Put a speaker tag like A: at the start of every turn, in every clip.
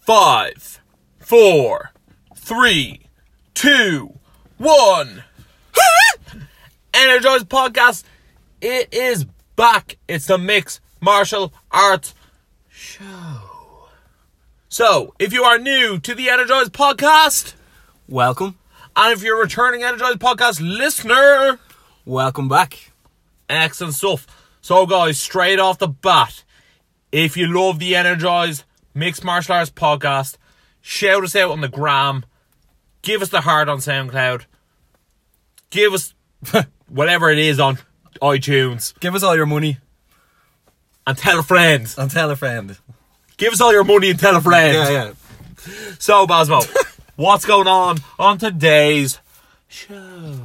A: Five, four, three, two, one. Energized podcast. It is back. It's the Mixed Martial Arts Show. So, if you are new to the Energized podcast,
B: Welcome.
A: and if you're a returning Energized podcast listener,
B: Welcome back.
A: Excellent stuff. So, guys, straight off the bat, if you love the Energized Mixed Martial Arts podcast, shout us out on the gram, give us the heart on SoundCloud, give us whatever it is on iTunes,
B: Give us all your money
A: and tell a friend.
B: and tell a friend.
A: Give us all your money and tell a friend.
B: Yeah, yeah.
A: So, Basmo, what's going on on today's show?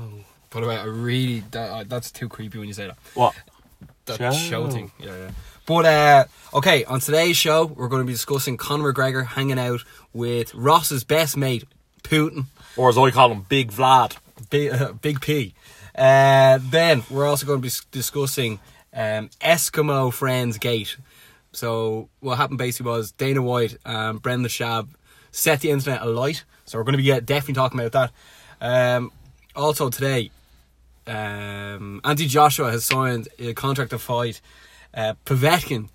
C: By
B: uh,
C: the way, I really that, uh, that's too creepy when you say that.
A: What?
C: That
A: Show.
C: show, thing. Yeah, yeah.
B: But uh okay, on today's show we're going to be discussing Conor McGregor hanging out with Ross's best mate Putin,
A: Or as I call him, Big Vlad.
B: big, uh, big P. Uh, then we're also going to be s- discussing um, Eskimo Friends Gate. So what happened basically was Dana White and Brendan Schaub set the internet alight. So we're going to be uh, definitely talking about that. Um, also today, um, Andy Joshua has signed a contract to fight uh, Povetkin,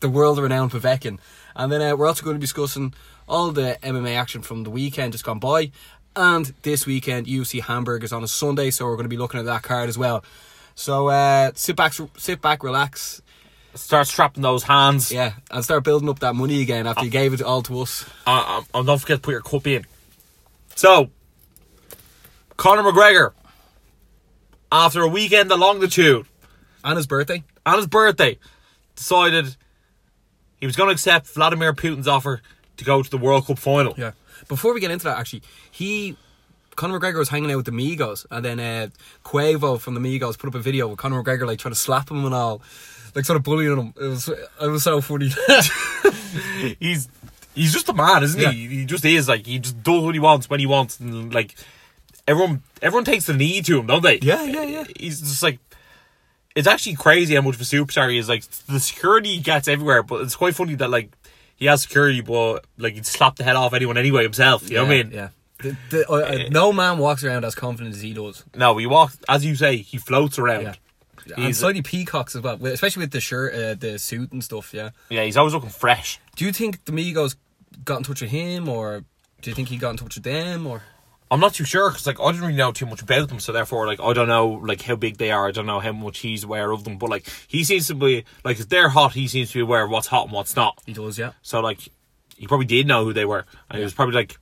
B: the world-renowned Povetkin, and then uh, we're also going to be discussing all the MMA action from the weekend just gone by, and this weekend UFC Hamburg is on a Sunday, so we're going to be looking at that card as well. So uh, sit back, sit back, relax,
A: Start strapping those hands.
B: yeah, and start building up that money again after you gave it all to us.
A: Uh, um, and don't forget to put your cup in. So, Conor McGregor, after a weekend of longitude
B: And his birthday,
A: and his birthday, decided he was going to accept Vladimir Putin's offer to go to the World Cup final.
B: Yeah. Before we get into that, actually, he Conor McGregor was hanging out with the Migos, and then uh, Quavo from the Migos put up a video with Conor McGregor like trying to slap him and all, like sort of bullying him. It was it was so funny.
A: He's he's just a man, isn't he? He just is like he just does what he wants when he wants, and like everyone everyone takes the knee to him, don't they?
B: Yeah, yeah, yeah.
A: He's just like. It's actually crazy how much of a superstar he is. Like the security he gets everywhere, but it's quite funny that like he has security, but like he'd slap the head off anyone anyway himself. You know what I mean?
B: Yeah. The- the- uh, uh, no man walks around as confident as he does.
A: No, he walks as you say. He floats around.
B: Yeah. And
A: He's-
B: slightly peacocks as well, with- especially with the shirt, uh, the suit and stuff. Yeah.
A: Yeah, he's always looking fresh.
B: Do you think the Migos got in touch with him, or do you think he got in touch with them, or?
A: I'm not too sure because like I didn't really know too much about them, so therefore like I don't know like how big they are. I don't know how much he's aware of them, but like he seems to be like if they're hot, he seems to be aware of what's hot and what's not.
B: He does, yeah.
A: So like he probably did know who they were, and he was probably like,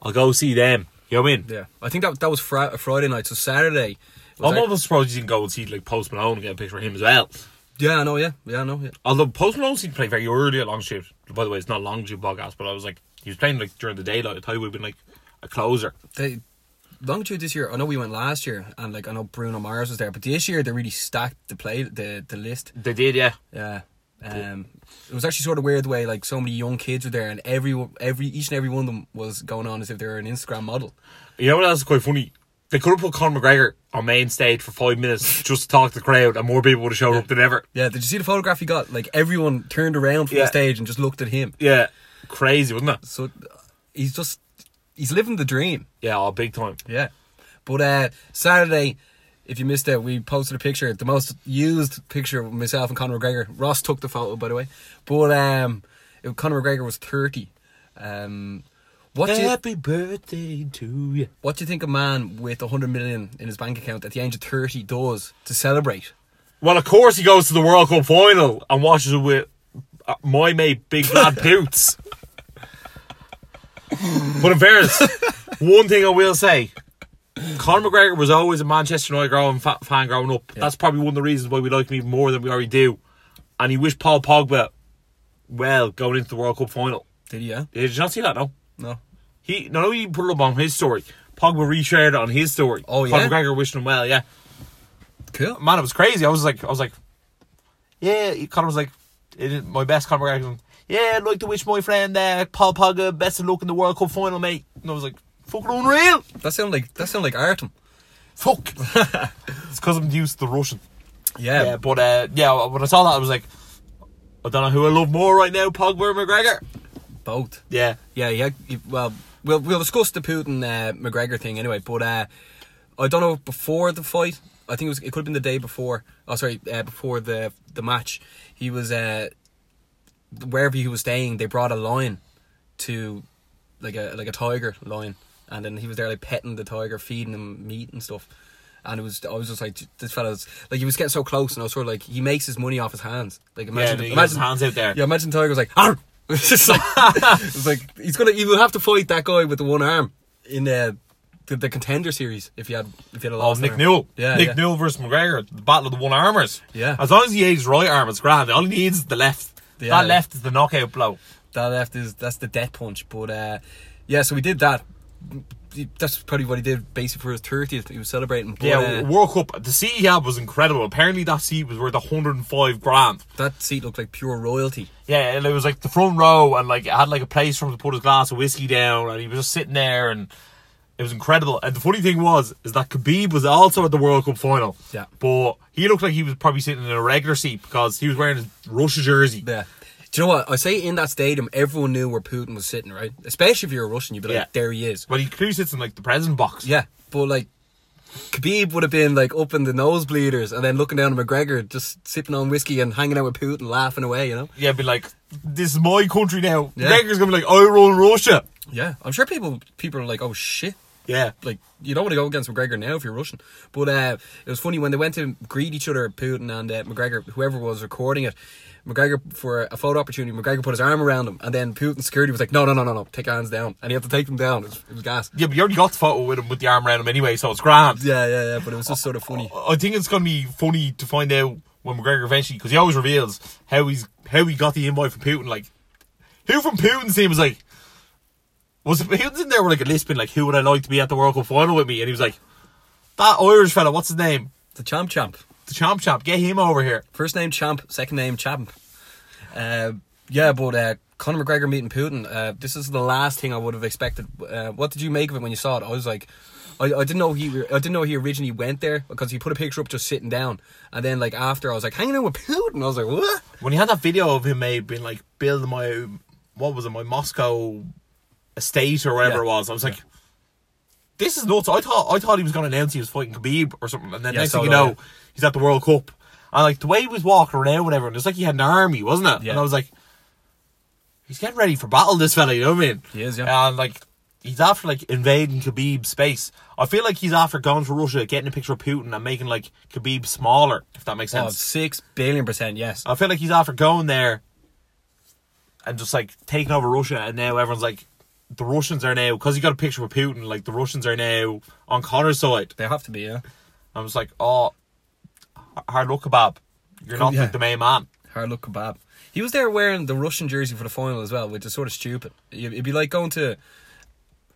A: "I'll go see them." You know what I mean?
B: Yeah, I think that that was fri- Friday night, so Saturday. was
A: I'm
B: like-
A: almost surprised he didn't go and see like Post Malone and get a picture of him as well.
B: Yeah, I know. Yeah, yeah, I know. Yeah.
A: Although Post Malone seemed to play very early at Longitude. By the way, it's not Longitude podcast, but I was like he was playing like during the daylight. I thought he would have been like a closer.
B: They, longitude this year. I know we went last year, and like I know Bruno Mars was there, but this year they really stacked the play the the list.
A: They did, yeah.
B: Yeah. Um, it was actually sort of weird the way like so many young kids were there, and every every each and every one of them was going on as if they were an Instagram model.
A: You know what else is quite funny? They could have put Conor McGregor on main stage for five minutes just to talk to the crowd, and more people would have showed up than ever.
B: Yeah, did you see the photograph he got? Like everyone turned around from
A: Yeah.
B: the stage and just looked at him.
A: Yeah, crazy, wasn't it?
B: So uh, he's just he's living the dream.
A: Yeah, oh, big time.
B: Yeah. But uh, Saturday, if you missed it, we posted a picture, the most used picture of myself and Conor McGregor. Ross took the photo, by the way. But um, it, Conor McGregor was 30. Um, what, do you,
A: Happy birthday to you.
B: what do you think a man with 100 million in his bank account at the age of 30 does to celebrate?
A: Well, of course he goes to the World Cup final and watches it with uh, my mate Big Lad Poots. but in fairness, one thing I will say. Conor McGregor was always a Manchester United growing fa- fan growing up. That's probably one of the reasons why we like him even more than we already do. And he wished Paul Pogba well going into the World Cup final.
B: Did he, yeah?
A: Did you not see that? No.
B: No.
A: He not only put it up on his story, Pogba reshared it on his story.
B: Oh,
A: Conor
B: yeah?
A: McGregor wishing him well. Yeah
B: Cool.
A: man, it was crazy. I was like, I was like, yeah. Connor was like, it is my best Conor McGregor. Yeah, I'd like to wish my friend uh, Paul Pogba best of luck in the World Cup final, mate. And I was like, fucking unreal.
B: That sounded like, that sounded like Artem.
A: Fuck. it's because I'm used to the Russian.
B: Yeah.
A: yeah, but uh, yeah, when I saw that, I was like, I don't know who I love more right now, Pogba or McGregor.
D: Both.
B: Yeah, yeah, yeah. you- Well, we'll we'll discuss the Putin uh, McGregor thing anyway. But uh, I don't know before the fight. I think it was. It could have been the day before. Oh, sorry, uh, before the the match. He was uh, wherever he was staying. They brought a lion to like a like a tiger lion, and then he was there like petting the tiger, feeding him meat and stuff. And it was I was just like this fella's like he was getting so close, and I was sort of like he makes his money off his hands. Like imagine,
A: yeah, imagine
B: imagine
A: hands out there.
B: yeah, imagine Tiger was like, Arr! it's just like, it's like he's gonna, he will have to fight that guy with the one arm in the the, the contender series if you had if you had a
A: Oh,
B: loss.
A: Nick Newell.
B: Yeah,
A: Nick
B: yeah.
A: Newell versus McGregor, the battle of the one armers.
B: Yeah.
A: As long as he aids right arm, it's grand. All he needs is the left.
B: Yeah.
A: That left is the knockout blow.
B: That left is that's the death punch. But uh, yeah, so we did that. That's probably what he did basically for his thirtieth. He was celebrating. But,
A: Yeah,
B: uh,
A: World Cup. The seat he had was incredible. Apparently, that seat was worth 105 grand.
B: that seat looked like pure royalty.
A: Yeah, and it was like the front row, and like it had like a place for him to put his glass of whiskey down, and he was just sitting there, and it was incredible. And the funny thing was, is that Khabib was also at the World Cup final.
B: Yeah.
A: But he looked like he was probably sitting in a regular seat because he was wearing his Russia jersey.
B: Yeah. Do you know what I say? In that stadium, everyone knew where Putin was sitting, right? Especially if you're a Russian, you'd be like,
A: Yeah.
B: "There he is."
A: Well, he clearly sits in like the president box.
B: Yeah, but like Khabib would have been like up in the nosebleeders and then looking down at McGregor, just sipping on whiskey and hanging out with Putin, laughing away. You know.
A: Yeah, be like, this is my country now.
B: Yeah.
A: McGregor's gonna be like, I rule Russia.
B: Yeah, I'm sure people people are like, oh shit.
A: Yeah.
B: Like you don't want to go against McGregor now if you're Russian, but uh, it was funny when they went to greet each other, Putin and uh, McGregor, whoever was recording it. McGregor for a photo opportunity. McGregor put his arm around him, and then Putin's security was like, "No, no, no, no, no, take your hands down," and he had to take them down. It was, it was gas.
A: Yeah, but you already got the photo with him with the arm around him anyway, so it's grand.
B: Yeah, yeah, yeah. But it was just sort of funny.
A: I think it's gonna be funny to find out when McGregor eventually, because he always reveals how he's how he got the invite from Putin. Like, who from Putin's team was like, was it Putin's in there with like a list, been like, who would I like to be at the World Cup final with me? And he was like, that Irish fella, what's his name?
B: The champ, champ.
A: The Champ Champ, get him over here.
B: First name Champ, second name Champ. Uh, yeah, but uh, Conor McGregor meeting Putin. Uh, this is the last thing I would have expected. Uh, what did you make of it when you saw it? I was like, I, I didn't know he I didn't know he originally went there because he put a picture up just sitting down, and then like after I was like hanging out with Putin. I was like, what?
A: When he had that video of him made being like, build my, what was it, my Moscow estate or whatever
B: Yeah.
A: it was, I was like, this is nuts. I thought I thought he was going to announce he was fighting Khabib or something, and then
B: Yeah,
A: next
B: so
A: thing you
B: did I.
A: know, he's at the World Cup. And like the way he was walking around with everyone, it's like he had an army, wasn't it?
B: Yeah.
A: And I was like, he's getting ready for battle. This fella, you know what I mean?
B: He is, yeah.
A: And like he's after like invading Khabib's space. I feel like he's after going to Russia, getting a picture of Putin, and making like Khabib smaller. If that makes
B: Oh,
A: sense.
B: six billion percent yes. Oh,
A: I feel like he's after going there and just like taking over Russia, and now everyone's like, the Russians are now because he got a picture with Putin. Like the Russians are now on Connor's side.
B: They have to be yeah.
A: I'm just like, oh, h- hard luck, kebab. You're not
B: Yeah.
A: like the main man.
B: Hard luck kebab. He was there wearing the Russian jersey for the final as well, which is sort of stupid. It'd be like going to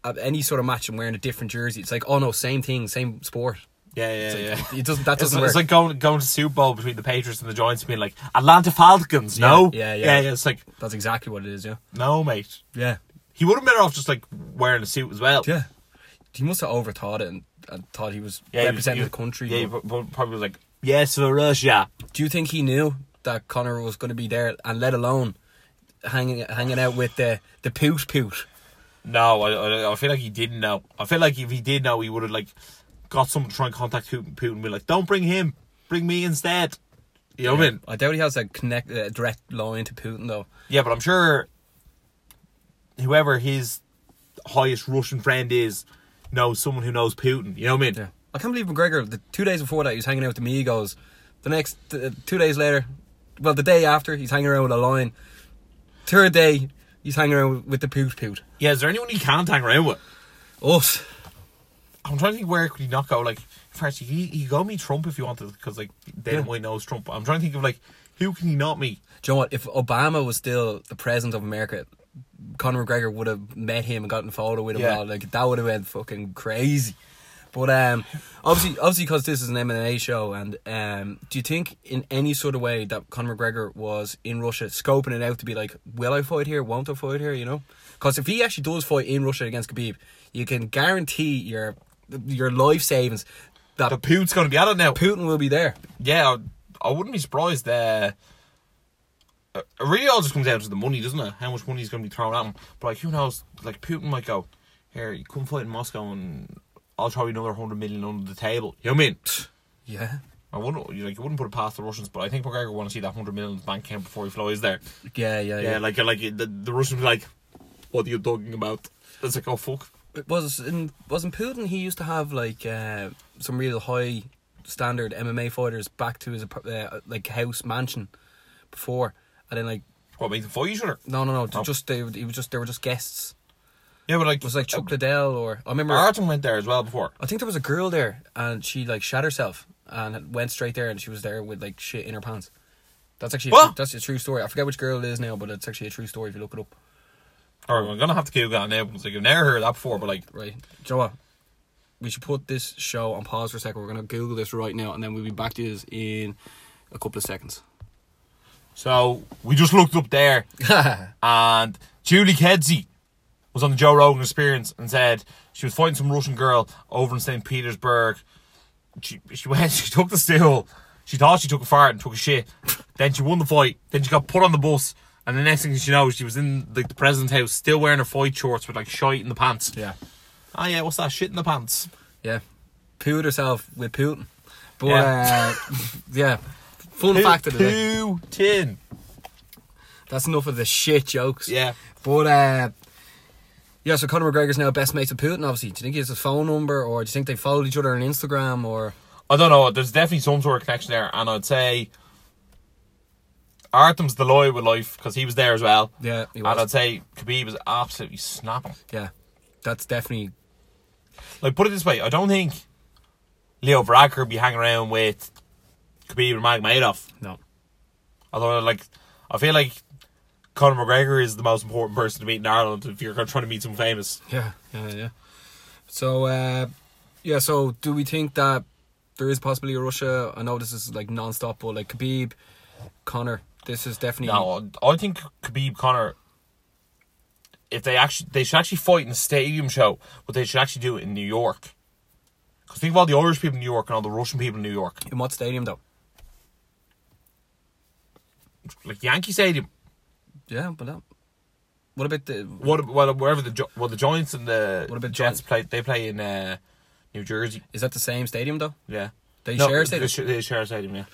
B: uh, any sort of match and wearing a different jersey. It's like, oh no, same thing, same sport.
A: Yeah, yeah,
B: It's
A: yeah.
B: like, It doesn't. That
A: It's,
B: doesn't
A: it's
B: work.
A: like going going to Super Bowl between the Patriots and the Giants, and being like Atlanta Falcons. No,
B: Yeah, yeah, yeah.
A: yeah, It's like
B: That's exactly what it is. Yeah.
A: no, mate.
B: Yeah.
A: He would have been better off just like wearing a suit as well.
B: Yeah. He must have overthought it and, and thought he was
A: Yeah, he was-
B: representing
A: he was-
B: the country.
A: Yeah, he pro- pro- probably was like yes for Russia.
B: Do you think he knew that Connor was going to be there, and let alone hanging hanging out with the the poot poot?
A: No, I, I I feel like he didn't know. I feel like if he did know, he would have like got someone to try and contact Putin. Putin and be like, "Don't bring him, bring me instead." You know what I mean?
B: I doubt he has a connect a direct line to Putin though.
A: Yeah, but I'm sure whoever his highest Russian friend is knows someone who knows Putin. You know what I mean?
B: Yeah. I can't believe McGregor. The two days before that, he was hanging out with the Migos. The next uh, two days later, well, the day after, he's hanging around with a lion. Third day, he's hanging around with the poot poot.
A: Yeah, is there anyone he can't hang around with?
B: Us.
A: I'm trying to think where could he not go? Like, first he he go meet Trump if you wanted, because like they
B: Yeah.
A: might know Trump. I'm trying to think of like who can he not meet?
B: Do you know what? If Obama was still the president of America, Conor McGregor would have met him and gotten a photo with him.
A: Yeah.
B: And all. Like that would have been fucking crazy. But um, obviously, obviously, because this is an MMA show, and um, do you think in any sort of way that Conor McGregor was in Russia scoping it out to be like, will I fight here? Won't I fight here? You know, because if he actually does fight in Russia against Khabib, you can guarantee your your life savings that
A: The Putin's gonna be at it now.
B: Putin will be there.
A: Yeah, I, I wouldn't be surprised. Uh, it really all just comes down to the money, doesn't it? How much money is going to be thrown at him? But like, who knows? Like Putin might go, here, you come fight in Moscow, and I'll throw you another hundred million under the table. You know what I mean?
B: Yeah.
A: I wouldn't you like you wouldn't put it past the Russians, but I think McGregor want to see that hundred million in his bank account before he flies there.
B: Yeah, yeah,
A: Yeah, like like the, the Russians be like, what are you talking about? It's like oh fuck.
B: It was in wasn't Putin? He used to have like uh, some real high standard MMA fighters back to his apar- uh, like house mansion before, and then like
A: What make them fight each other?
B: no, no, no,
A: Oh.
B: just they he was just they were just guests.
A: Yeah, but like
B: It was like Chuck Liddell or I remember
A: Martin went there as well before.
B: I think there was a girl there and she like shot herself and went straight there and she was there with like shit in her pants. That's actually A, true-
A: What?
B: that's a true story. I forget which girl it is now, but it's actually a true story if you look it up.
A: All right, I'm gonna have to Google that now because like, I've never heard of that before. But like,
B: Right, do you know what?
E: We should put this show on pause for a second. We're going to Google this right now, and then we'll be back to you in a couple of seconds.
A: so we just looked up there, and Julie Kedzie was on the Joe Rogan Experience and said she was fighting some Russian girl over in St. Petersburg. She she went, she took the stool. She thought she took a fart and took a shit. Then she won the fight. Then she got put on the bus. And the next thing she knows, she was in like the president's house, still wearing her fight shorts with like shite in the pants.
B: Yeah,
A: Ah, yeah, what's that shit in the pants?
B: yeah. Pooed herself with Putin, but
A: Yeah.
B: uh, yeah. Fun fact of the day.
A: Two tin.
B: That's enough of the shit jokes.
A: Yeah.
B: But uh, yeah, so Conor McGregor's now best mates with Putin. Obviously, do you think he has a phone number, or do you think they followed each other on Instagram, or?
A: I don't know. There's definitely some sort of connection there, and I'd say Artem's the lawyer with life because he was there as well.
B: Yeah, he
A: and
B: was.
A: I'd say Khabib is absolutely snapping.
B: Yeah, that's definitely
A: Like put it this way, I don't think Leo Varadkar would be hanging around with Khabib and Magomedov.
B: no.
A: Although, like, I feel like Conor McGregor is the most important person to meet in Ireland if you're trying to meet someone famous.
B: Yeah, yeah, yeah.
E: So, uh, yeah, so do we think that there is possibly a Russia? I know this is like non stop, but like Khabib, Connor, this is definitely.
A: No, I I think Khabib Connor. If they actually, they should actually fight in a stadium show, but they should actually do it in New York. Because think of all the Irish people in New York and all the Russian people in New York,
E: In what stadium, though?
A: like Yankee Stadium,
B: Yeah, but that. What about the?
A: what, well, wherever the Gi- well the Giants and the
B: What about
A: Jets
B: Giants?
A: play, they play in uh, New Jersey.
B: Is that the same stadium though?
A: Yeah,
B: They share a stadium?
A: They, sh- they share a stadium. Yeah,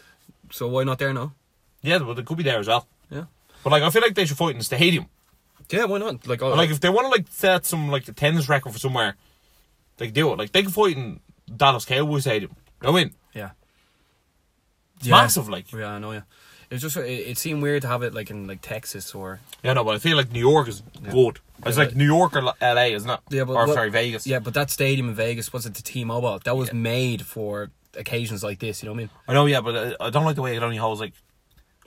B: So why not there now?
A: yeah, well, they could be there as well.
B: Yeah.
A: But like, I feel like they should fight in a stadium.
B: Yeah, why not? Like,
A: But, like, if they want to like set some like attendance record for somewhere, they can do it. Like, they can fight in Dallas Cowboys Stadium. You know what I mean?
B: yeah,
A: It's massive, like.
B: Yeah, I know. Yeah, it's just it, it seemed weird to have it like in like Texas or
A: Yeah, no, but I feel like New York is good. It's
B: Yeah,
A: like
B: but-
A: New York or L- LA, isn't it?
B: yeah, but
A: or
B: what-
A: sorry, Vegas.
B: Yeah, but that stadium in Vegas was it the T-Mobile that was
A: Yeah.
B: made for occasions like this. You know what I mean?
A: I know. Yeah, but uh, I don't like the way it only holds like,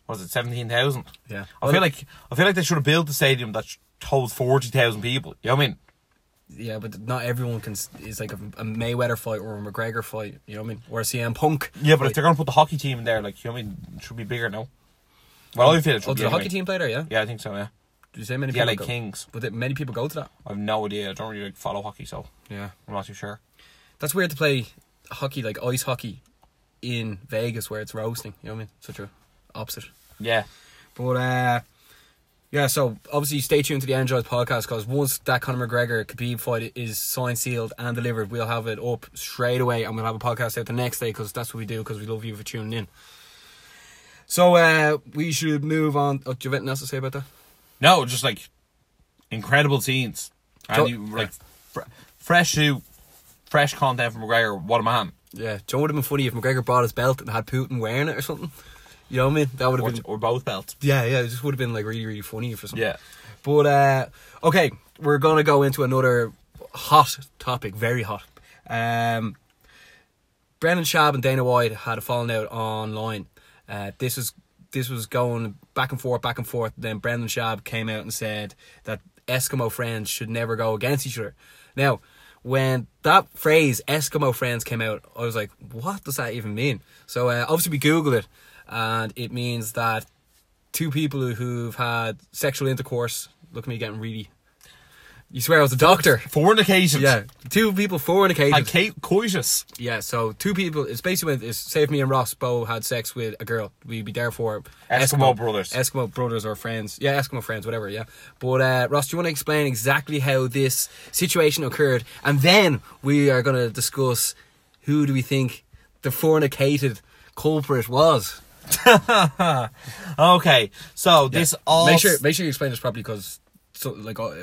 A: what is it seventeen thousand?
B: Yeah,
A: I feel like I feel like they should have built a stadium that sh- holds forty thousand people. You know what I mean?
B: yeah, but not everyone can s- is like a, a Mayweather fight or a McGregor fight. You know what I mean? Or a CM Punk.
A: Yeah, but if
B: fight.
A: they're gonna put the hockey team in there, like you know what I mean, it should be bigger now. Well, I feel it should
B: oh,
A: be
B: did the
A: anyway.
B: hockey team play there? Yeah.
A: Yeah, I think so. Yeah,
B: Do you say many
A: yeah,
B: people?
A: like
B: go?
A: Kings.
B: But that many people go to that.
A: I have no idea. I don't really like, follow hockey, so
B: Yeah.
A: I'm not too sure.
B: That's weird to play hockey, like ice hockey, in Vegas where it's roasting. You know what I mean? Such a opposite.
A: Yeah,
B: But uh, yeah, so obviously stay tuned to the Energize podcast because once that Conor McGregor Khabib fight is signed, sealed, and delivered, we'll have it up straight away, and we'll have a podcast out the next day because that's what we do because we love you for tuning in. So uh, we should move on. Oh, do you have anything else to say about that?
A: no, just like incredible scenes, and
B: So-
A: you, like fr- fresh suit, fresh content from McGregor. What a man!
B: Yeah, Joe would have been funny if McGregor brought his belt and had Putin wearing it or something. You know what I mean? That would
A: Or,
B: have been
A: or both belts.
B: yeah, yeah. It just would have been like really, really funny for something.
A: Yeah.
B: But uh okay, we're gonna go into another hot topic, very hot. Um Brendan Schaub and Dana White had a falling out online. Uh, this was this was going back and forth, back and forth. Then Brendan Schaub came out and said that Eskimo friends should never go against each other. Now, when that phrase Eskimo friends came out, I was like, what does that even mean? So uh, obviously we googled it, and it means that two people who've had sexual intercourse. Look at me getting really You swear I was a doctor.
A: Fornication.
B: Yeah, two people fornicated.
A: And Kate Coitus.
B: yeah, so two people. It's basically when it's save me and Ross Bo had sex with a girl. We'd be therefore
A: Eskimo brothers.
B: Eskimo brothers or friends. Yeah, Eskimo friends, whatever. Yeah, but uh, Ross, do you want to explain exactly how this situation occurred, and then we are going to discuss who do we think the fornicated culprit was.
A: Okay, so this all
B: Make sure make sure you explain this properly because so like uh,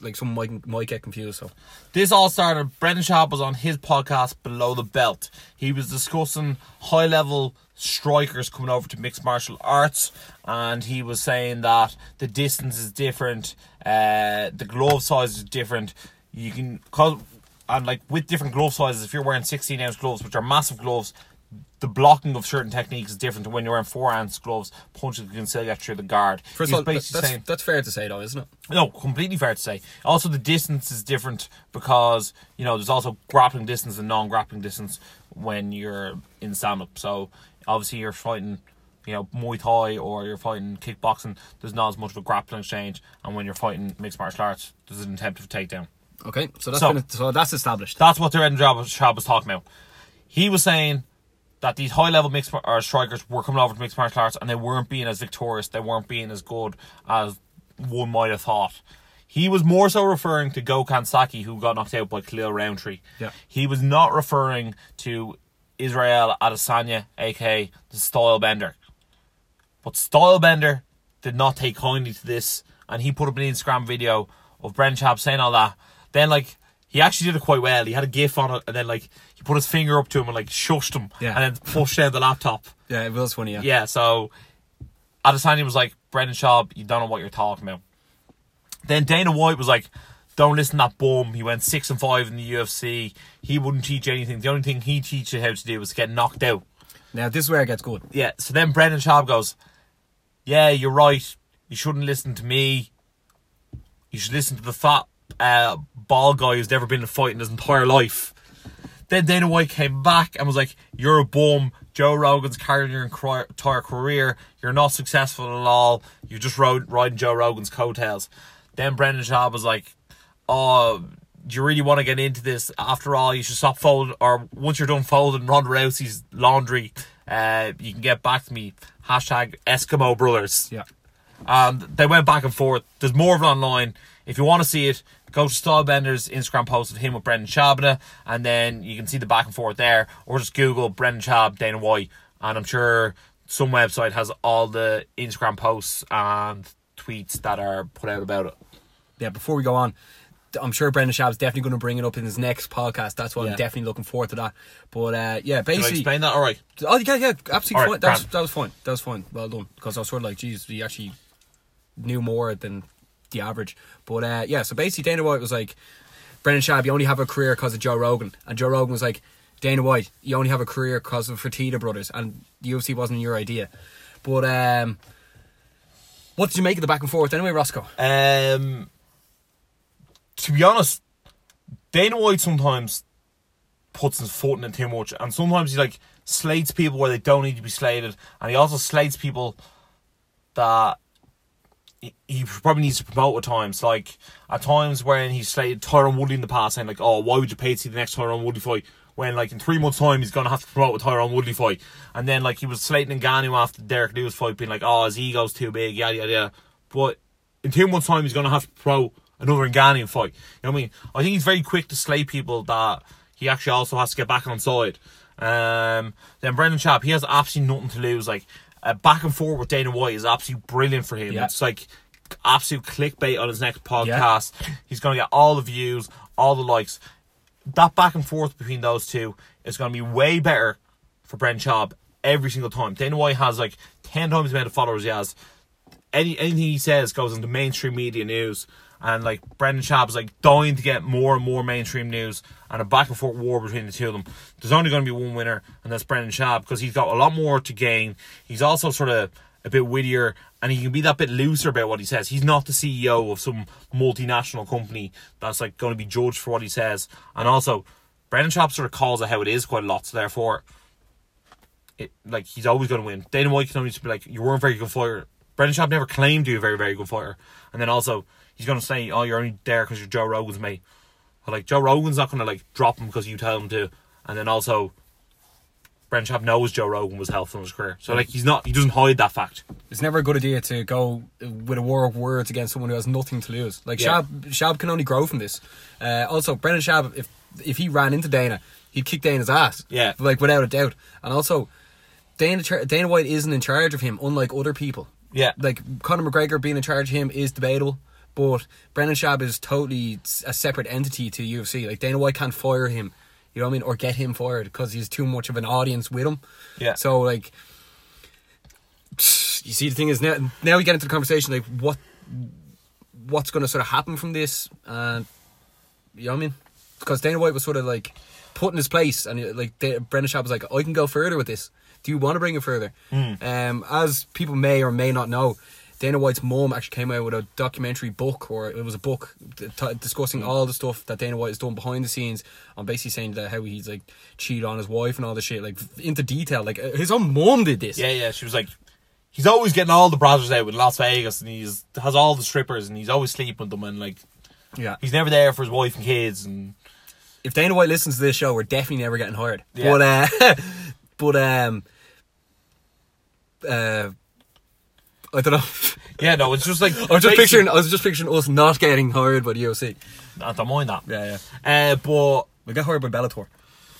B: like some might might get confused. So
A: This all started. Brendan Schaub was on his podcast Below the Belt. He was discussing high level strikers coming over to mixed martial arts, and he was saying that the distance is different, uh, the glove size is different. You can, cause, and like with different glove sizes, if you're wearing 16 ounce gloves, which are massive gloves, the blocking of certain techniques is different to when you're wearing 4 ounce gloves, punches can still get through the guard.
B: first
A: He was
B: of all, that-
A: basically
B: that's
A: saying-
B: that's fair to say though, isn't it?
A: no, completely fair to say. Also, the distance is different because you know there's also grappling distance and non-grappling distance when you're in stand-up. So obviously you're fighting, you know, Muay Thai or you're fighting kickboxing. There's not as much of a grappling exchange, and when you're fighting mixed martial arts, there's an attempt of takedown.
B: Okay, so that's
A: So-
B: been, so that's established.
A: That's what the Red Job Shab was talking about. He was saying that these high level mixed mar- or strikers were coming over to mixed martial arts and they weren't being as victorious, they weren't being as good as one might have thought. He was more so referring to Gokhan Saki, who got knocked out by Khalil Roundtree.
B: Yeah.
A: He was not referring to Israel Adesanya, aka the Style Bender. But Stylebender did not take kindly to this, and he put up an Instagram video of Bren Chab saying all that. Then, like, he actually did it quite well. He had a GIF on it, and then, like, he put his finger up to him and, like, shushed him,
B: Yeah.
A: and then pushed down the laptop.
B: Yeah, it was funny. Yeah.
A: Yeah, so Adesanya was like, Brendan Schaub, you don't know what you're talking about. Then Dana White was like, don't listen to that bum. He went six and five in the UFC. He wouldn't teach you anything. The only thing he teach you how to do was get knocked out.
B: Now this is where it gets good.
A: Yeah, so then Brendan Schaub goes, Yeah, you're right. You shouldn't listen to me. You should listen to the fat uh, ball guy who's never been in a fight in his entire life. Then Dana White came back and was like, You're a bum. Joe Rogan's carrying your encri- entire career. You're not successful at all. You're just rode, riding Joe Rogan's coattails. Then Brendan Schaub was like, Oh, do you really want to get into this? After all, you should stop folding, or once you're done folding Ronda Rousey's laundry, uh, you can get back to me. Hashtag Eskimo Brothers.
B: Yeah.
A: Um, they went back and forth. There's more of it online. If you want to see it, go to Stylebender's Instagram post of him with Brendan Shabna, and then you can see the back and forth there, or just Google Brendan Shab, Dana White, and I'm sure some website has all the Instagram posts and tweets that are put out about it.
B: Yeah. Before we go on, d- I'm sure Brendan Schaub's definitely going to bring it up in his next podcast. That's why
E: Yeah.
B: I'm definitely looking forward to that. But uh,
A: Did I
B: yeah, basically.
A: explain that? All right.
B: Oh yeah, yeah, absolutely
A: All right,
B: fine. That was,
A: grand.
B: that was fine. That was fine. Well done. Because I was sort of like, geez, he actually knew more than the average. But uh, yeah, so basically Dana White was like, Brendan Schaub, you only have a career because of Joe Rogan, and Joe Rogan was like, Dana White, you only have a career because of Fertitta brothers, and the UFC wasn't your idea. But um, what did you make of the back and forth anyway, Roscoe?
A: Um, to be honest, Dana White sometimes puts his foot in it too much, and sometimes he like slates people where they don't need to be slated, and he also slates people that he, he probably needs to promote at times. Like at times when he slated Tyron Woodley in the past, saying like, "Oh, why would you pay to see the next Tyron Woodley fight?" When like in three months' time he's gonna have to promote a Tyron Woodley fight, and then like he was slating Ngannou after Derek Lewis fight, being like, "Oh, his ego's too big," yada yada. yada. But in two months' time he's gonna have to promote another Ngannou fight. You know what I mean? I think he's very quick to slay people that he actually also has to get back on side. Um, then Brendan Schaub, he has absolutely nothing to lose. Like a back and forth with Dana White is absolutely brilliant for him.
B: Yeah.
A: It's like absolute clickbait on his next podcast. He's going to get all the views, all the likes. That back and forth between those two is going to be way better for Brent Schaub every single time. Dana White has like 10 times the amount of followers he has. Any, anything he says goes into mainstream media news. And like Brendan Schaub's like dying to get more and more mainstream news and a back and forth war between the two of them. There's only going to be one winner, and that's Brendan Schaub because he's got a lot more to gain. He's also sort of a bit wittier and he can be that bit looser about what he says. He's not the CEO of some multinational company that's like going to be judged for what he says. And also, Brendan Schaub sort of calls it how it is quite a lot. So therefore, it, like he's always going to win. Dana White can always be like, you weren't a very good fighter. Brendan Schaub never claimed to be a very very good fighter, and then also he he's gonna say, "Oh, you're only there because you're Joe Rogan's mate." But, like Joe Rogan's not gonna like drop him because you tell him to, and then also, Brent Schaub knows Joe Rogan was helpful in his career, so like he's not he doesn't hide that fact.
B: It's never a good idea to go with a war of words against someone who has nothing to lose. Like
A: Yeah.
B: Shab, Shab can only grow from this. Uh, also, Brendan Shab, if if he ran into Dana, he'd kick Dana's ass.
A: Yeah.
B: like without a doubt. And also, Dana Char- Dana White isn't in charge of him, unlike other people.
A: Yeah.
B: like Conor McGregor being in charge of him is debatable. But Brendan Shab is totally s- a separate entity to UFC. Like Dana White can't fire him, you know what I mean, or get him fired because he's too much of an audience with him.
A: Yeah.
B: So like, you see the thing is now now we get into the conversation like what what's going to sort of happen from this and you know what I mean because Dana White was sort of like put in his place and uh, like Da- Brendan Schaub was like I can go further with this do you want to bring it further um, as people may or may not know Dana White's mom actually came out with a documentary book or it was a book t- t- discussing all the stuff that Dana White has done behind the scenes and basically saying that how he's like cheated on his wife and all this shit like into detail like uh, his own mom did this
A: Yeah, yeah. She was like, he's always getting all the brothers out in Las Vegas, and he's has all the strippers, and he's always sleeping with them, and like
B: yeah
A: he's never there for his wife and kids, and
B: if Dana White listens to this show, we're definitely never getting hired.
A: Yeah.
B: But uh, but um uh I don't know.
A: yeah, no, it's just like
B: I was just picturing I was just picturing us not getting hired by the UFC.
A: I don't mind that.
B: Yeah, yeah.
A: Uh, but
B: We got hired by Bellator.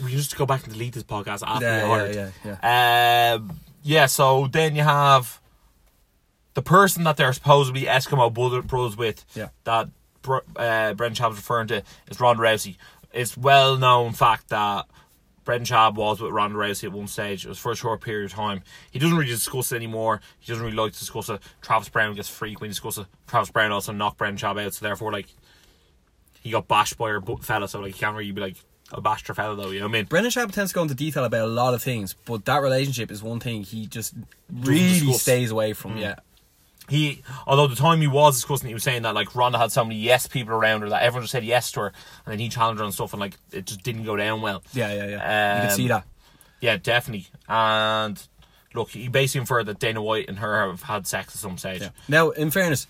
A: we just go back and delete this podcast after
B: Yeah,
A: yeah,
B: yeah,
A: we heard.
B: yeah,
A: yeah. Um, yeah. So then you have the person that they're supposedly Eskimo brother- bros with.
B: Yeah.
A: That Br- uh, Brendan Schaub's referring to is Ronda Rousey. It's well known fact that Brendan Schaub was with Ronda Rousey at one stage. It was for a short period of time. He doesn't really discuss it anymore. He doesn't really like to discuss it. Travis Brown gets freaked when he discusses it. Travis Brown also knocked Brendan Schaub out, so therefore, like, he got bashed by her bu- fella. So like, you can't really be like. A bashed her fella though, you know what I mean?
B: Brendan Schaub tends to go into detail about a lot of things, but that relationship is one thing he just really
A: discuss.
B: stays away from. Yeah.
A: he although the time he was discussing it, he was saying that like Ronda had so many yes people around her that everyone just said yes to her and then he challenged her and stuff and like it just didn't go down well.
B: Yeah, yeah, yeah. you can
A: Um,
B: see that.
A: Yeah, definitely. And look, he basically inferred that Dana White and her have had sex at some stage.
B: Yeah. Now, in fairness,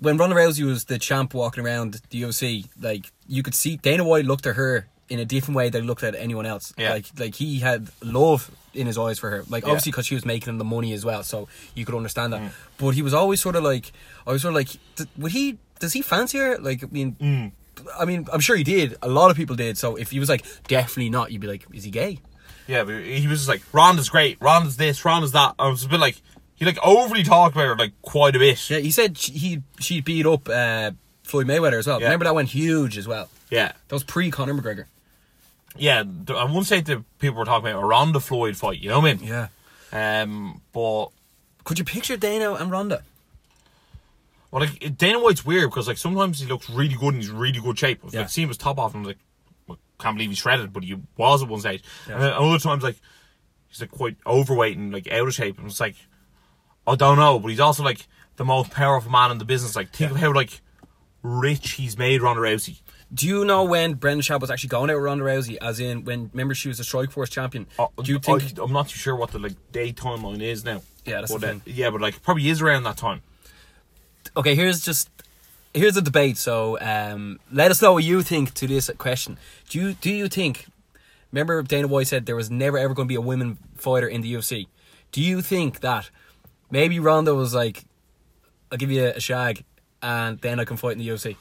B: when Ronda Rousey was the champ walking around the UFC, like you could see Dana White looked at her in a different way than he looked at anyone else.
A: Yeah.
B: Like like he had love in his eyes for her. Like
A: Yeah.
B: obviously because she was making him the money as well, so you could understand that. But he was always sort of like I was sort of like d- would he does he fancy her? Like I mean I mean, I'm sure he did. A lot of people did. So if he was like, definitely not, you'd be like, is he gay?
A: Yeah, but he was just like, Ronda's great, Ronda's this, Ronda's that. I was a bit like he like overly talked about her like quite a bit.
B: Yeah, he said she, he she beat up uh, Floyd Mayweather as well.
A: Yeah.
B: Remember that went huge as well.
A: Yeah.
B: That was pre Conor McGregor.
A: Yeah, th- I wouldn't say the people were talking about a Ronda Floyd fight, you know what I mean?
B: Yeah.
A: Um but
B: Could you picture Dana and Ronda?
A: Well, like Dana White's weird because like sometimes he looks really good and he's in really good shape. I've
B: Yeah.
A: like, seen his top off and I'm like, well, can't believe he's shredded, but he was at one stage. And then other times like he's like quite overweight and like out of shape, and it's like I don't know, but he's also like the most powerful man in the business. Like think of how like rich he's made Ronda Rousey.
B: Do you know when Brendan Schaub was actually going out with Ronda Rousey? As in, when remember she was a Strike Force champion? Do you think?
A: Uh, I, am not too sure what the like day timeline is now.
B: Yeah, that's
A: but,
B: the
A: uh,
B: thing.
A: yeah, but like probably is around that time.
B: okay, here's just here's a debate. So um, let us know what you think to this question. Do you do you think? Remember Dana White said there was never ever going to be a women fighter in the UFC. Do you think that maybe Ronda was like, "I'll give you a shag, and then I can fight in the UFC"?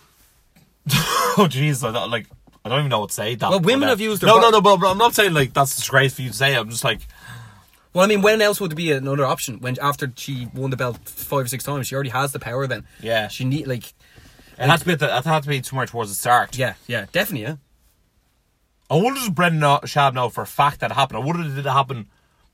A: Oh jeez, I don't, like I don't even know what to say. That
B: Well, women
A: but, uh,
B: have used their
A: no,
B: bo-
A: no, no, but, but I'm not saying like that's disgrace for you to say. I'm just like
B: Well, I mean, when else would it be another option? When after she won the belt five or six times, she already has the power. Then
A: Yeah.
B: she need like
A: it had to be at the, it had to be somewhere towards the start.
B: yeah, yeah, definitely yeah.
A: I wonder does Brendan Schaub know for a fact that it happened. I wonder did it happen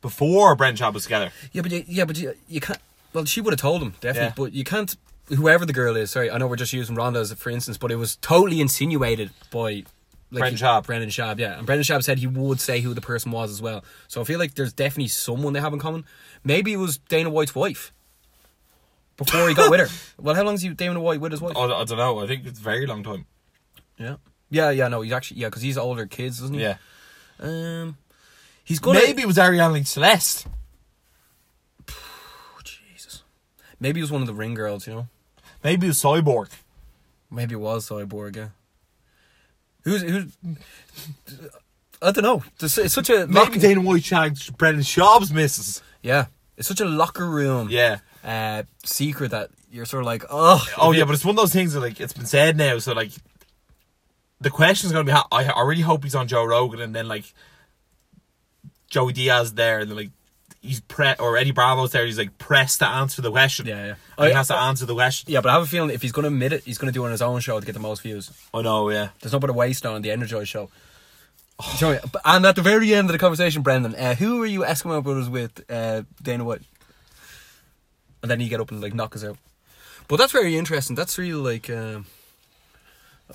A: before Brendan Schaub was together.
B: Yeah, but you, yeah, but you, you can't. Well, she would have told him definitely,
A: Yeah.
B: but you can't. Whoever the girl is, sorry, I know we're just using Ronda as a, for instance, but it was totally insinuated by like,
A: Brendan Schaub.
B: Brendan Schaub, yeah, and Brendan Schaub said he would say who the person was as well. So I feel like there's definitely someone they have in common. Maybe it was Dana White's wife before he got with her. Well, how long is he Dana White with his wife?
A: I, I don't know. I think it's a very long time.
B: Yeah. Yeah, yeah, no, he's actually yeah, because he's older kids, isn't he?
A: Yeah,
B: Um, he's good.
A: maybe it was Ariane Lee Celeste.
B: Oh, Jesus. Maybe he was one of the ring girls, you know.
A: Maybe it was Cyborg.
B: Maybe it was Cyborg, yeah. Who's who's? I don't know. It's, it's such a lock-
A: Maybe Dana White shagged Brendan Schaub's missus.
B: yeah. It's such a locker room
A: Yeah.
B: uh, secret that you're sort of like, oh,
A: Oh yeah, but it's one of those things that like it's been said now, so like the question's gonna be how I I really hope he's on Joe Rogan and then like Joey Diaz there and then, like he's pre or Eddie Bravo's there, he's like pressed to answer the question.
B: Yeah, yeah.
A: And he
B: I-
A: has to answer the question.
B: yeah. But I have a feeling if he's going to admit it, he's going to do it on his own show to get the most views.
A: I know, yeah.
B: There's no better waste on the Energize show. Tell me, but- and at the very end of the conversation, Brendan, uh, who were you Eskimo brothers with, uh, Dana White? And then you get up and like knock us out.
E: But that's very interesting. That's really like um,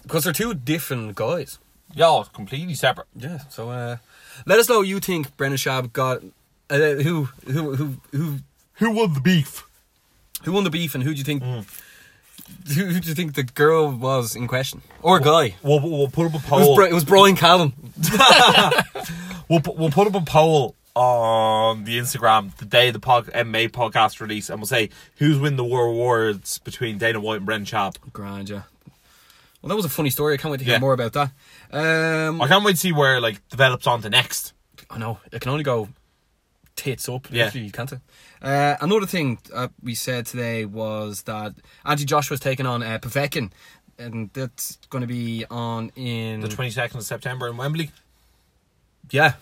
B: Because they're two different guys.
A: Yeah, it's completely separate.
B: Yeah.
E: So uh, let us know you think Brendan Schaub got uh, who who who who
A: Who won the beef?
E: who won the beef and who do you think
B: Who, who do you think the girl was in question?
E: or guy?
A: We'll, we'll we'll put up a
E: It was,
A: poll.
E: Bri- it was Brian Callan.
A: We'll, pu- we'll put up a poll on the Instagram the day the pod, MMA podcast release, and we'll say who's win the war awards between Dana White and Brendan Schaub.
B: Grand, yeah. Well, that was a funny story. I can't wait to hear
A: Yeah.
B: more about that. Um,
A: I can't wait to see where like develops on to next.
B: I know it can only go tits up.
A: Yeah.
B: Literally, can't it? Uh, another thing uh, we said today was that Andy Joshua's taking on uh, Povetkin, and that's going to be on in
A: The twenty second of September in Wembley.
B: yeah,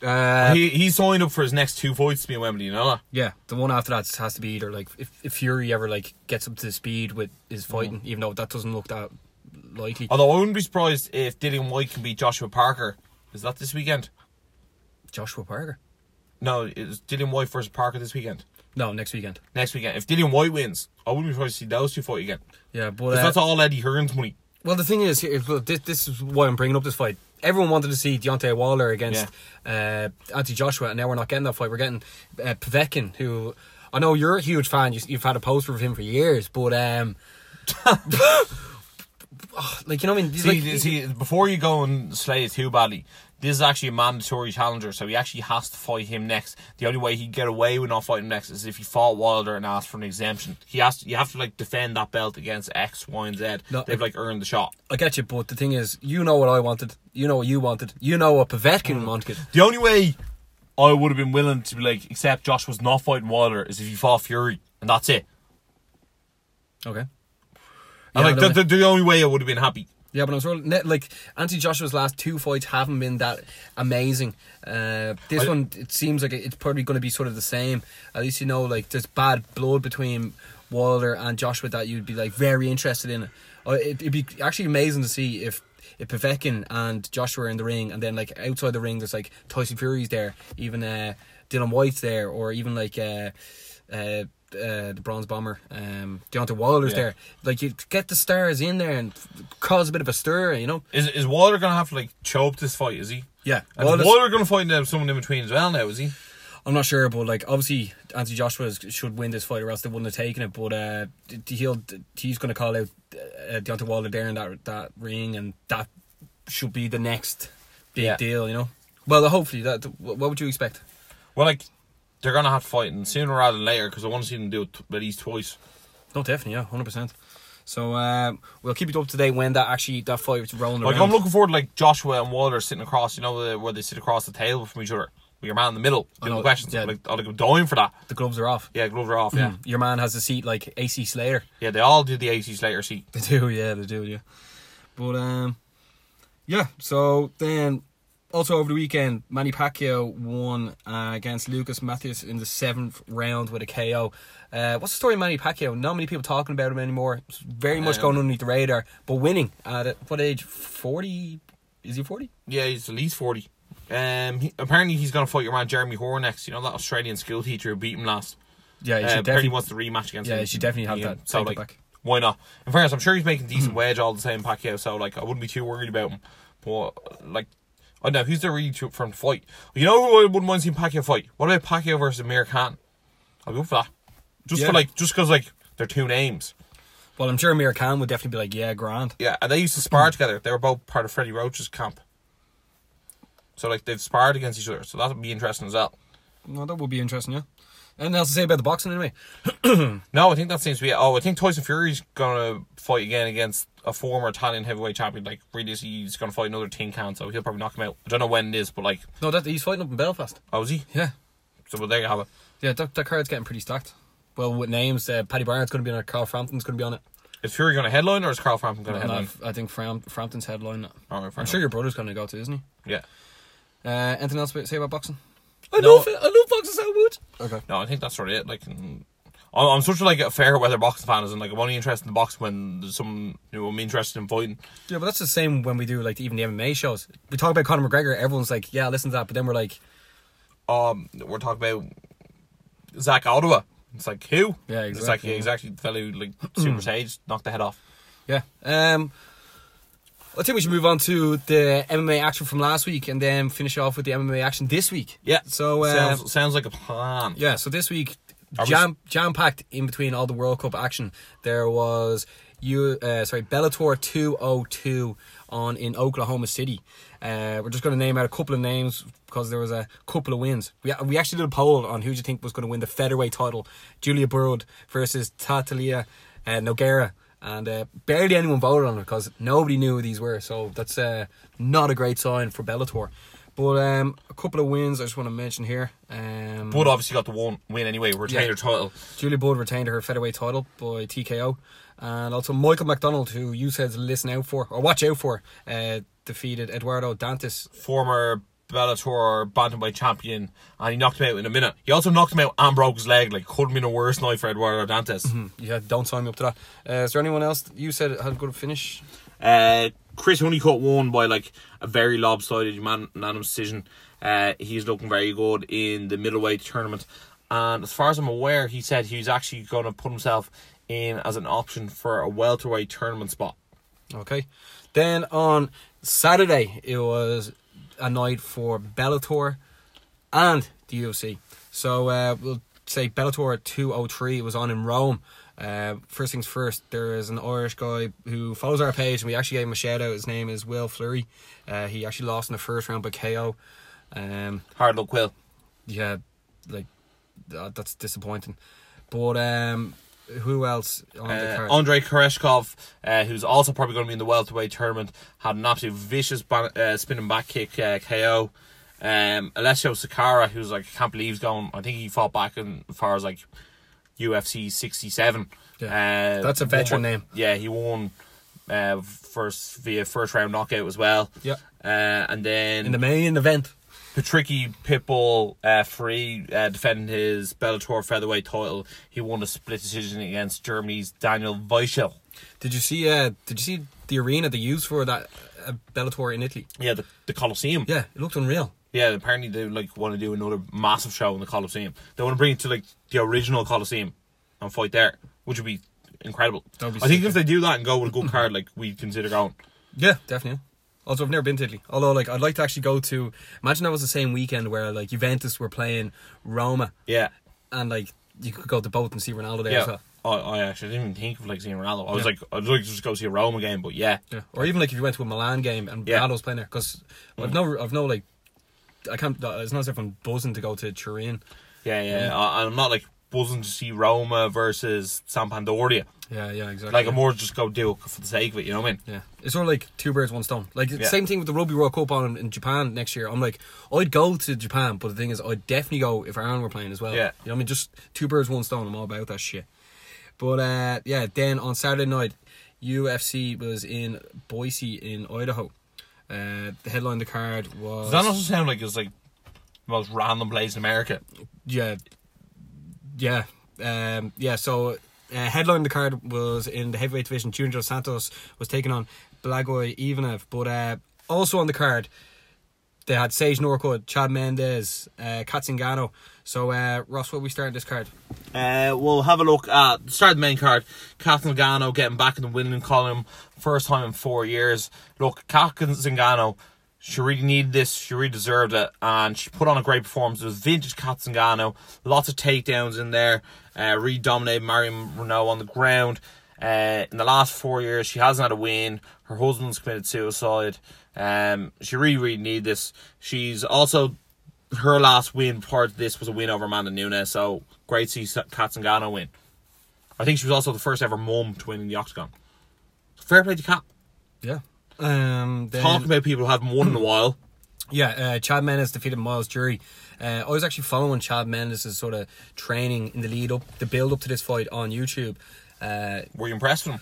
B: uh,
A: he he signed up for his next two fights to be in Wembley. You know that.
B: yeah. The one after that has to be either like if, if Fury ever like gets up to speed with his
A: Mm.
B: fighting, even though that doesn't look that likely.
A: Although I wouldn't be surprised if Dillian White can beat Joshua Parker. Is that this weekend?
B: Joshua Parker.
A: No, it's Dillian White versus Parker this weekend.
B: No, next weekend.
A: Next weekend, if Dillian White wins, I wouldn't be surprised to see those two fight again.
B: Yeah, but
A: 'Cause
B: uh,
A: that's all Eddie Hearn's money.
B: Well, the thing is, here, well, this, this is why I'm bringing up this fight. Everyone wanted to see Deontay Waller against uh, Anthony Joshua, and now we're not getting that fight. We're getting uh, Povetkin, who I know you're a huge fan. You, you've had a poster of him for years, but um, Oh, like you know, what I mean, he's
A: See,
B: like,
A: th- see, before you go and slay it too badly, this is actually a mandatory challenger, so he actually has to fight him next. The only way he'd get away with not fighting next is if he fought Wilder and asked for an exemption. He has to, you have to like defend that belt against X, Y, and Z.
B: No,
A: They've like earned the shot.
B: I get you, but the thing is, you know what I wanted, you know what you wanted, you know what Povetkin wanted.
A: The only way I would have been willing to be like accept Josh was not fighting Wilder is if he fought Fury, and that's it.
B: Okay.
A: And,
B: Yeah,
A: like
B: no,
A: the,
B: no.
A: the, the only way I would have been happy.
B: Yeah, but I was really, net- like Anthony Joshua's last two fights haven't been that amazing. Uh, this
A: I-
B: one, it seems like it- it's probably going to be sort of the same. At least you know, like there's bad blood between Wilder and Joshua that you'd be like very interested in. Uh, it, it'd be actually amazing to see if if Povetkin and Joshua are in the ring, and then like outside the ring, there's like Tyson Fury's there, even uh, Dylan White's there, or even like. Uh, uh, uh, the bronze bomber, um, Deontay Wilder's
A: Yeah.
B: there. Like you get the stars in there and f- cause a bit of a stir, you know.
A: Is is Wilder gonna have to like choke this fight? Is he?
B: Yeah,
A: And
B: Wilder's-
A: Wilder gonna find out someone in between as well now? Is he?
B: I'm not sure, but like obviously Anthony Joshua is- should win this fight, or else they wouldn't have taken it. But uh, d- he'll he's going to call out uh, Deontay Wilder there in that that ring, and that should be the next big
A: Yeah.
B: deal, you know. Well, hopefully that. What would you expect?
A: Well, like they're gonna have to fight and sooner rather than later because I want to see them do it t- at least twice.
B: No, definitely, yeah, hundred percent. So um, we'll keep you up to date when that actually that fight is rolling
A: Like
B: around.
A: I'm looking forward to like Joshua and Wilder sitting across, you know, the, where they sit across the table from each other with your man in the middle doing
B: know,
A: the questions.
B: yeah. Hmm.
A: Like, I'm, like I'm dying for that.
B: the gloves are off. Mm.
A: Yeah, gloves are off. Yeah,
B: Your man has a seat like AC Slater.
A: yeah, they all do the ACs later. See,
B: They do, yeah, they do, yeah. But um, yeah. So then, also over the weekend, Manny Pacquiao won uh, against Lucas Matthews in the seventh round with a KO. Uh, what's the story, of Manny Pacquiao? Not many people talking about him anymore. It's very much
A: Um,
B: going underneath the radar, but winning at uh, what age? Forty? Is he forty?
A: yeah, he's at least forty. Um, he, apparently he's gonna fight your man Jeremy Hoare next. You know that Australian school teacher who beat him last.
B: Yeah, he
A: Uh,
B: should
A: apparently
B: definitely.
A: he wants the rematch against.
B: Yeah,
A: him.
B: he should definitely have
A: Yeah,
B: that.
A: So
B: take
A: like,
B: it back. Hmm.
A: why not? In fairness, I'm sure he's making decent wage all the same, Pacquiao. So like, I wouldn't be too worried about him. But like, I don't know who's there really to, for him to fight. You know who I wouldn't mind seeing Pacquiao fight? What about Pacquiao versus Amir Khan? I'll go for that. Just
B: Yeah.
A: for like, just because like they're two names.
B: well, I'm sure Amir Khan would definitely be like, yeah, grand.
A: Yeah, and they used to
B: Hmm.
A: spar together. They were both part of Freddie Roach's camp. So like they've sparred against each other. So that would be interesting as well.
B: No, that would be interesting, yeah. Anything else to say about the boxing anyway?
A: No, I think that seems to be. Oh, I think Tyson Fury's gonna fight again against a former Italian heavyweight champion. Like, really, he's gonna fight another tin can, so he'll probably knock him out. I don't know when it is, but like,
B: No, that he's fighting up in Belfast.
A: oh, is he?
B: Yeah,
A: So well, there you have it.
B: yeah. That, that card's getting pretty stacked. Well, with names, uh, Paddy Barnett's going to be on it. Carl Frampton's going to be on it.
A: Is Fury gonna headline or is Carl Frampton gonna
B: And
A: headline?
B: I've- I think Fram- Frampton's headline. it.
A: All right, Oh, fair
B: I'm
A: enough.
B: sure your brother's going to go to, isn't he?
A: Yeah.
B: Uh, anything else to say about boxing?
E: I
A: No.
E: love it. I love boxing so much.
B: Okay.
A: No, I think that's sort of it. Like, mm, I'm, I'm such a, like a fair weather boxing fan, as in like I'm only interested in boxing when there's someone you know I'm interested in fighting.
B: Yeah, but that's the same when we do like even the MMA shows. We talk about Conor McGregor. Everyone's like, "Yeah, listen to that," but then we're like,
A: Um, we're talking about Zach Ottawa. It's like who?
B: Yeah,
A: It's like
B: exactly,
A: yeah,
B: yeah.
A: exactly the fellow like Super Sage knocked the head off.
B: "Yeah." Um, I think we should move on to the MMA action from last week, and then finish off with the MMA action this week.
A: Yeah.
B: So uh,
A: sounds, sounds like a plan.
B: Yeah, so this week,
A: Are we-
B: jam jam packed in between all the World Cup action. There was you uh, sorry Bellator 202 on in Oklahoma City. Uh, we're just going to name out a couple of names because there was a couple of wins. We we actually did a poll on who do you think was going to win the featherweight title: Julia Burrod versus Tatalia uh, Nogueira. And uh, barely anyone voted on it because nobody knew who these were. So that's uh, not a great sign for Bellator. But um, a couple of wins I just want to mention here. Um,
A: Wood obviously got the one win anyway. Retained
B: Yeah.
A: her title.
B: Julia Budd retained her featherweight title by TKO, and also Michael McDonald, who you said to listen out for or watch out for, uh, defeated Eduardo Dantes.
A: Former Bellator bantamweight champion, and he knocked him out in a minute. He also knocked him out and broke his leg. Like couldn't be a worse night for Eduardo Dantes.
B: Hmm, Yeah, don't sign me up to that. Uh, is there anyone else that you said had a good finish?
A: Uh, Chris Honeycutt won by like a very lopsided uman- unanimous decision. Uh, he's looking very good in the middleweight tournament, and as far as I'm aware, he said he's actually going to put himself in as an option for a welterweight tournament spot.
B: Okay. Then on Saturday, it was a night for Bellator and the UFC. So uh, we'll say Bellator 203 was on in Rome. Uh, first things first, there is an Irish guy who follows our page, and we actually gave him a shout out. His name is Will Fleury. Uh, he actually lost in the first round by KO. Um,
A: Hard luck, Will.
B: yeah, like that, that's disappointing. But um, who else on the
A: Uh,
B: card?
A: Andrei Koreshkov, uh, who's also probably going to be in the welterweight tournament, had an absolute vicious ban- uh, spinning back kick uh, KO. Um, Alessio Sakara, who's like, I can't believe he's going. I think he fought back in, as far as like UFC 67.
B: Yeah.
A: Uh,
B: That's a
A: won
B: veteran
A: by-
B: name.
A: Yeah, he won uh, first via first round knockout as well.
B: Yep.
A: Uh, and then
B: in the main event.
A: Patricky Pitbull uh, Free uh, defending his Bellator featherweight title. He won a split decision against Germany's Daniel Weichel.
B: Did you see? Uh, did you see the arena they used for that uh, Bellator in Italy?
A: Yeah, the, the Colosseum.
B: Yeah, it looked unreal.
A: Yeah, apparently they like want to do another massive show in the Colosseum. They want to bring it to like the original Colosseum and fight there, which would be incredible.
B: That'd be
A: I think
B: sick,
A: if they do that and go with a good card, like we consider going.
B: Yeah, definitely. Also, I've never been to Italy. Although, like, I'd like to actually go to. Imagine that was the same weekend where like Juventus were playing Roma,
A: Yeah,
B: and like you could go to both and see Ronaldo there as
A: yeah.
B: well.
A: I, I actually didn't even think of like seeing Ronaldo. I was
B: Yeah.
A: like, I'd like to just go see a Roma game, but yeah,
B: Yeah. Or even like if you went to a Milan game and
A: Yeah. Mm.
B: Ronaldo's playing there, because I've no, I've no like, I can't. uh, It's not as if I'm buzzing to go to Turin.
A: yeah, yeah. I, I'm not like buzzing to see Roma versus Sampdoria.
B: Yeah, yeah, exactly.
A: Like,
B: yeah.
A: I'm more just go do it for the sake of it. You know what I mean?
B: Yeah, it's sort of like two birds, one stone. Like it's the
A: Yeah.
B: same thing with the Rugby World Cup on in Japan next year. I'm like, I'd go to Japan, but the thing is, I'd definitely go if Ireland were playing as well.
A: Yeah.
B: you know what I mean, just two birds, one stone. I'm all about that shit. But uh, yeah, then on Saturday night, UFC was in Boise in Idaho. Uh, the headline of the card was
A: Does that also sound like it's like the most random place in America?
B: yeah, yeah, um, yeah. So, uh, headline of the card was in the heavyweight division. Junior Dos Santos was taking on Blagoy Ivanov, but uh, also on the card they had Sage Norwood, Chad Mendez, uh, Katzingano. So, uh, Ross, what are we starting this card?
A: Uh, we'll have a look at start of the main card. Kat Zingano getting back in the winning column, first time in four years. Look, Kat Zingano, she really needed this. She really deserved it, and she put on a great performance. It was vintage Kat Zingano, lots of takedowns in there. Uh, really dominated Marion Renault on the ground. Uh, in the last four years, she hasn't had a win. Her husband's committed suicide. Um, she really, really needed this. She's also her last win prior to this was a win over Amanda Nunes, so great to see Katzengano win. I think she was also the first ever mum to win in the Octagon. Fair play to Kat.
B: Yeah. Um, then-
A: Talking about people who haven't won in a while.
B: Yeah, uh, Chad Mendes defeated Miles Jury. Uh, I was actually following Chad Mendes' sort of training in the lead up, the build up to this fight on YouTube. Uh,
A: Were you impressed with him?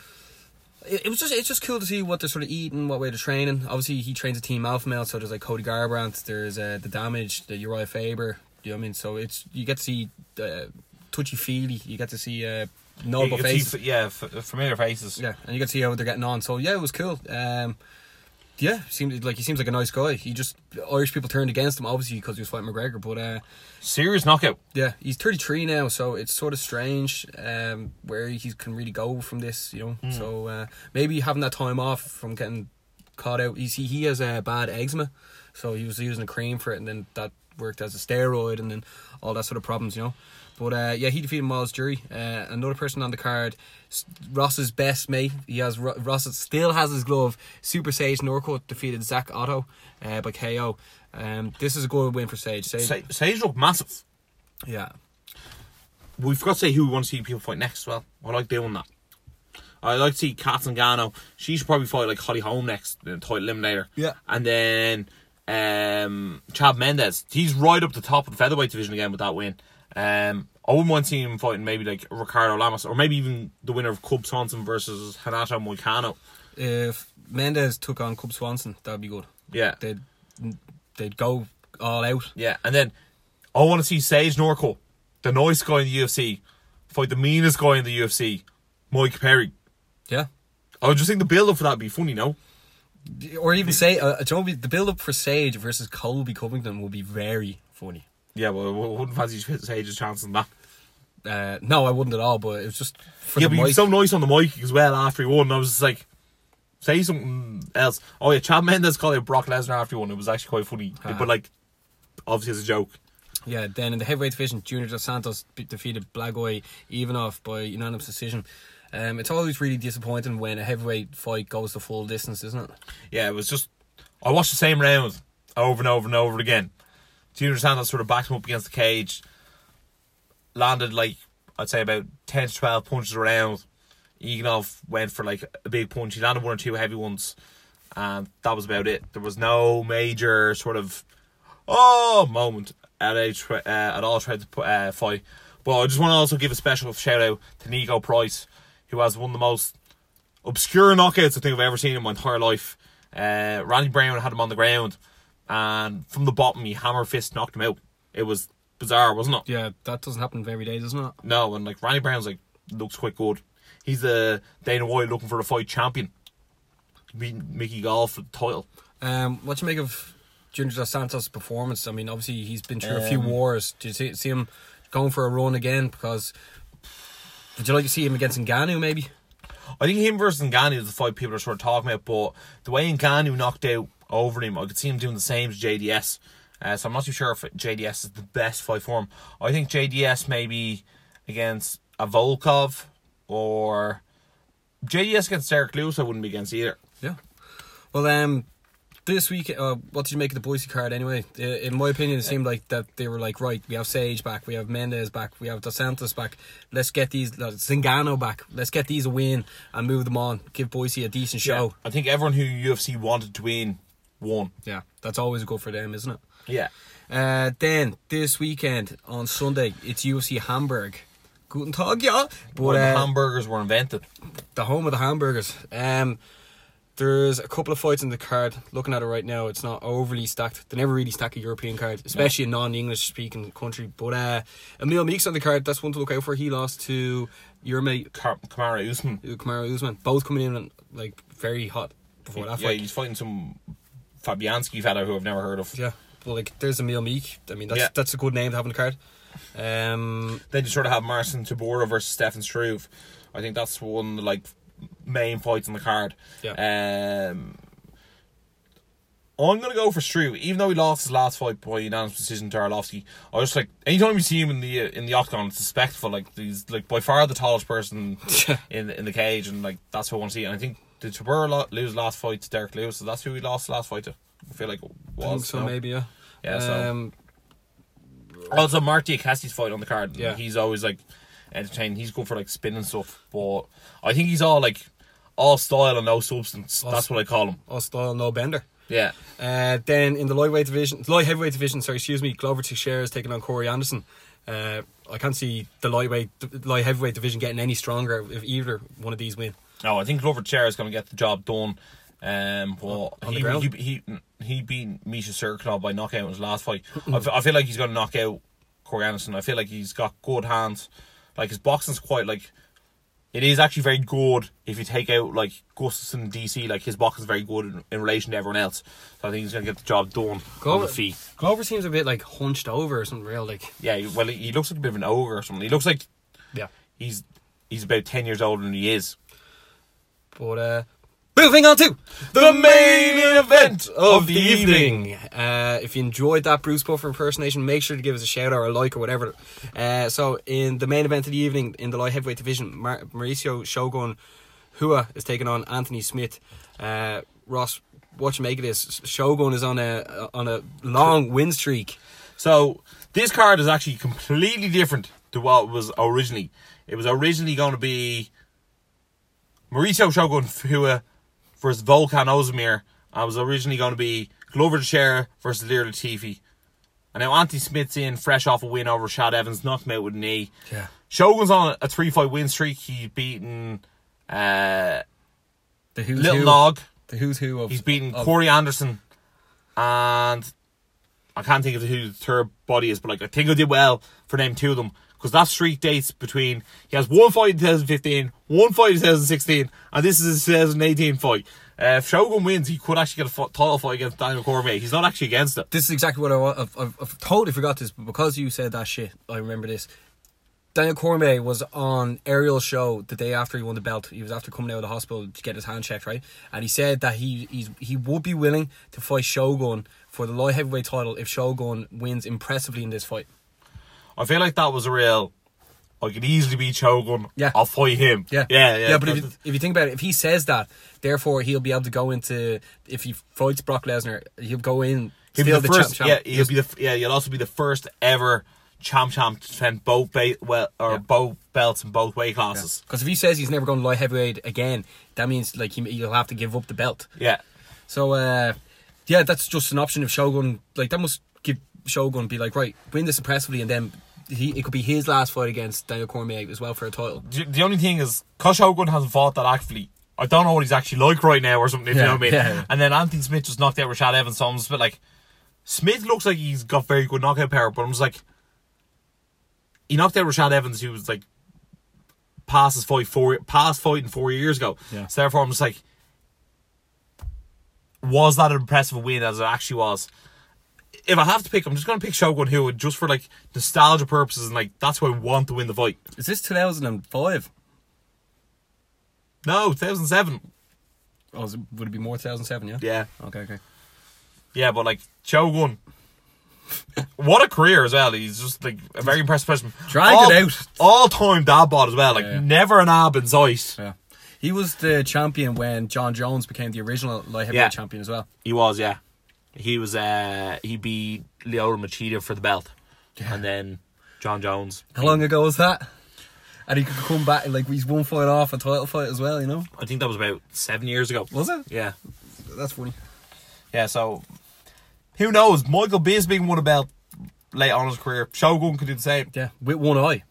B: it, it was just it's just cool to see what they're sort of eating, what way they're training. Obviously, he trains a team alpha male, so there's like Cody Garbrandt, there's uh, the Damage, the Uriah Faber. You know what I mean? So it's you get to see uh, touchy feely, you get to see uh, knowable
A: You could see
B: faces.
A: f- yeah, f- familiar faces.
B: Yeah, and you can see how they're getting on. So yeah, it was cool. Um, yeah, seemed like he seems like a nice guy. He just Irish people turned against him obviously because he was fighting McGregor, but uh,
A: Serious knockout.
B: yeah, he's 33 now, so it's sort of strange um, where he can really go from this, you know. So uh, maybe having that time off from getting caught out. You see, he has a uh, bad eczema, so he was using a cream for it, and then that worked as a steroid, and then all that sort of problems, you know. But uh, yeah, he defeated Miles Jury. Uh, another person on the card, S- Ross's best mate. He has Ro- Ross still has his glove. Super Sage Norcourt defeated Zach Otto uh, by KO. Um, this is a good win for Sage. Sage,
A: Sa- Sage looked massive.
B: yeah.
A: we forgot to say who we want to see people fight next as well. I like doing that. I like to see Katzengano. She should probably fight like Holly Holm next, the title eliminator.
B: Yeah.
A: And then um Chad Mendez. He's right up the top of the featherweight division again with that win. Um I wouldn't mind seeing him fighting maybe like Ricardo Lamas or maybe even the winner of Cub Swanson versus Hanato Moicano.
B: if Mendes Øh, took on Cub Swanson, that'd be good.
A: Yeah.
B: They'd they'd go all out.
A: Yeah. And then I want to see Sage Norco, the nice guy in the UFC, fight the meanest guy in the UFC, Mike Perry.
B: Yeah.
A: I would just think the build up for that would be funny, no?
B: Or even say, uh, do you know what would be- the build up for Sage versus Colby Covington will be very funny.
A: Yeah, well, I wouldn't fancy Sage's chances in that.
B: Uh, no, I wouldn't at all. But it was just for
A: yeah,
B: the
A: but he
B: mic.
A: was so nice on the mic as well after he won. I was just like, say something else. Oh yeah, Chad Mendes called it Brock Lesnar after he won. It was actually quite funny,
B: Uh-huh.
A: but like, obviously as a joke.
B: yeah. Then in the heavyweight division, Junior Dos Santos be- defeated Blagoy Ivanov by unanimous decision. Um, it's always really disappointing when a heavyweight fight goes the full distance, isn't it?
A: Yeah, it was just I watched the same round over and over and over again. Junior Santos sort of backed him up against the cage, landed like I'd say about ten to twelve punches around. Iganov went for like a big punch. He landed one or two heavy ones, and that was about it. There was no major sort of oh moment at a tr- uh, at all tried to put, uh, fight. But I just want to also give a special shout out to Nico Price, who has one of the most obscure knockouts I think I've ever seen in my entire life. Uh, Randy Brown had him on the ground, and from the bottom, he hammer fist knocked him out. It was bizarre, wasn't it?
B: Yeah, that doesn't happen every day, doesn't it?
A: No, and like Randy Brown's like looks quite good. He's the Dana White looking for a fight champion. Beat Mickey Gall for the title.
B: Um, what do you make of Junior Dos Santos' performance? I mean, obviously he's been through a few wars. Do you see, see him going for a run again? Because would you like to see him against Ngannou maybe?
A: I think him versus Ngannou is the fight people are sort of talking about, but the way Ngannou knocked out over him, I could see him doing the same to JDS. Uh, so I'm not too sure if JDS is the best fight for him. I think JDS maybe against a Volkov or JDS against Derek Lewis. I wouldn't be against either.
B: Yeah. Well, um, this week, uh, what did you make of the Boise card anyway? I- In my opinion, it seemed like that they were like, right, we have Sage back, we have Mendez back, we have Dos Santos back. Let's get these uh, Zingano back. Let's get these a win and move them on. Give Boise a decent show.
A: I think everyone who UFC wanted to win won.
B: Yeah, that's always good for them, isn't it?
A: Yeah.
B: Uh, then this weekend on Sunday, it's UFC Hamburg. Guten Tag, yeah. But
A: when
B: uh,
A: hamburgers were invented.
B: the home of the hamburgers. Um, there's a couple of fights in the card. Looking at it right now, it's not overly stacked. They never really stack a European card, especially a non-English speaking country. But uh, Emil Meeks on the card. That's one to look out for. He lost to your mate
A: Car- Kamara Usman.
B: Kamara Usman. Both coming in like very hot before that
A: yeah,
B: fight.
A: he's fighting some Fabianski fellow who I've never heard of.
B: Yeah. Well, like there's Emil Meek. I mean, that's
A: Yeah.
B: that's a good name to have on the card. Um,
A: Then you sort of have Marcin Tabora versus Stefan Struve. I think that's one of the like main fights on the card. Um, I'm gonna go for Struve, even though he lost his last fight by unanimous decision to Arlovski. I was like, anytime you see him in the uh, in the octagon, it's a spectacle. Like he's like by far the tallest person in in the cage, and like that's who I want to see. And I think did Tabora lo- lose last fight to Derek Lewis? So that's who he lost his last fight to. I feel like it was
B: I think so
A: no?
B: maybe yeah.
A: Yeah, so-
B: Um,
A: Also, Mark Diacassi's fight on the card.
B: Yeah.
A: He's always like entertaining. He's good for like spin and stuff. But I think he's all like all style and no substance. That's what I call him.
B: All style, no bender.
A: Yeah.
B: Uh, then in the lightweight division, light heavyweight division, sorry, excuse me, Glover Teixeira is taking on Corey Anderson. Uh, I can't see the lightweight, light heavyweight division getting any stronger if either one of these win.
A: No, I think Glover Chair is going to get the job done. Um, but
B: on the
A: he, he
B: ground?
A: he he beat Misha Serkinov by knockout in his last fight. I fe- I feel like he's going to knock out Corey Anderson. I feel like he's got good hands. Like his boxing's quite like it is actually very good if you take out like Gustafson DC. Like his boxing's very good in, in relation to everyone else. So I think he's going to get the job done on the feet.
B: Glover seems a bit like hunched over or something real, like
A: Yeah, he- well, he, he looks like a bit of an ogre or something. He looks like
B: yeah.
A: he's he's about ten years older than he is.
B: But uh, moving on to
A: The main event
B: of the evening. Uh, if you enjoyed that Bruce Buffer impersonation, make sure to give us a shout out or a like or whatever. Uh, so, in the main event of the evening, in the light heavyweight division, Mar- Mauricio Shogun Hua is taking on Anthony Smith. Uh, Ross, what you make of this? Shogun is on a on a long win streak.
A: So this card is actually completely different to what it was originally. It was originally going to be Mauricio Shogun Fua versus Volkan Ozdemir. and It was originally going to be Glover Teixeira versus Lear Latifi. And now Anthony Smith's in, fresh off a win over Shad Evans, knocked him out with a knee.
B: Yeah.
A: Shogun's on a three-fight win streak. He's beaten uh,
B: The who's
A: Little Nog.
B: The who's who of
A: He's beaten Corey Anderson, and I can't think of who the third body is, but like I think I did well for them two of them because that streak dates between he has one fight in 2015, one fight in 2016, and this is his 2018 fight. Uh, if Shogun wins, he could actually get a fi- title fight against Daniel Cormier. He's not actually against it.
B: this is exactly what I wa- I've, I've, I've totally forgot this, but because you said that shit, I remember this. Daniel Cormier was on Ariel's show the day after he won the belt. He was after coming out of the hospital to get his hand checked, right? And he said that he he's, he would be willing to fight Shogun for the light heavyweight title if Shogun wins impressively in this fight.
A: I feel like that was a real. I could easily beat Shogun.
B: Yeah.
A: I'll fight him.
B: Yeah,
A: yeah, yeah.
B: but if you, if you think about it, if he says that, therefore he'll be able to go into if he fights Brock Lesnar, he'll go in
A: He'll be
B: still
A: the,
B: the,
A: first.
B: champ, champ.
A: Yeah, he'll be the f- yeah. He'll also be the first ever champ champ to defend both ba- well or
B: Yeah.
A: both belts in both weight classes.
B: Because if he says he's never going to light heavyweight again, that means like he, he'll have to give up the belt.
A: Yeah.
B: So uh, yeah, that's just an option if Shogun like that must give Shogun be like right win this impressively and then he it could be his last fight against Daniel Cormier as well for a title.
A: The, the only thing is, Kosh Hogan hasn't fought that actively. I don't know what he's actually like right now or something. If
B: Yeah,
A: you know what I mean.
B: yeah.
A: And then Anthony Smith just knocked out Rashad Evans. So I'm just a bit like, Smith looks like he's got very good knockout power, but I'm just like, he knocked out Rashad Evans, who was like past his fight four past fighting four years ago.
B: Yeah.
A: So therefore, I'm just like, was that an impressive a win as it actually was? If I have to pick, I'm just gonna pick Shogun Hua just for like nostalgia purposes and like that's why I want to win the fight.
B: Is this 2005?
A: No, 2007.
B: Or is it, would it be more 2007? Yeah.
A: Yeah,
B: Okay. Okay.
A: yeah, but like Shogun. what a career as well. He's just like a very impressive person.
B: Dragged
A: all,
B: it out.
A: All time dad bod as well. Like
B: Yeah.
A: never an ab in sight.
B: Yeah. He was the champion when John Jones became the original light heavyweight
A: Yeah.
B: champion as well.
A: He was, yeah. He was uh he beat Leo Machida for the belt. And then John Jones.
B: How long ago was that? And he could come back like he's one fight off a title fight as well. You know,
A: I think that was about seven years ago.
B: was it?
A: Yeah.
B: That's funny.
A: Yeah, so who knows? Michael Bisping won a belt late on in his career. Shogun could do the same.
B: Yeah, with one eye.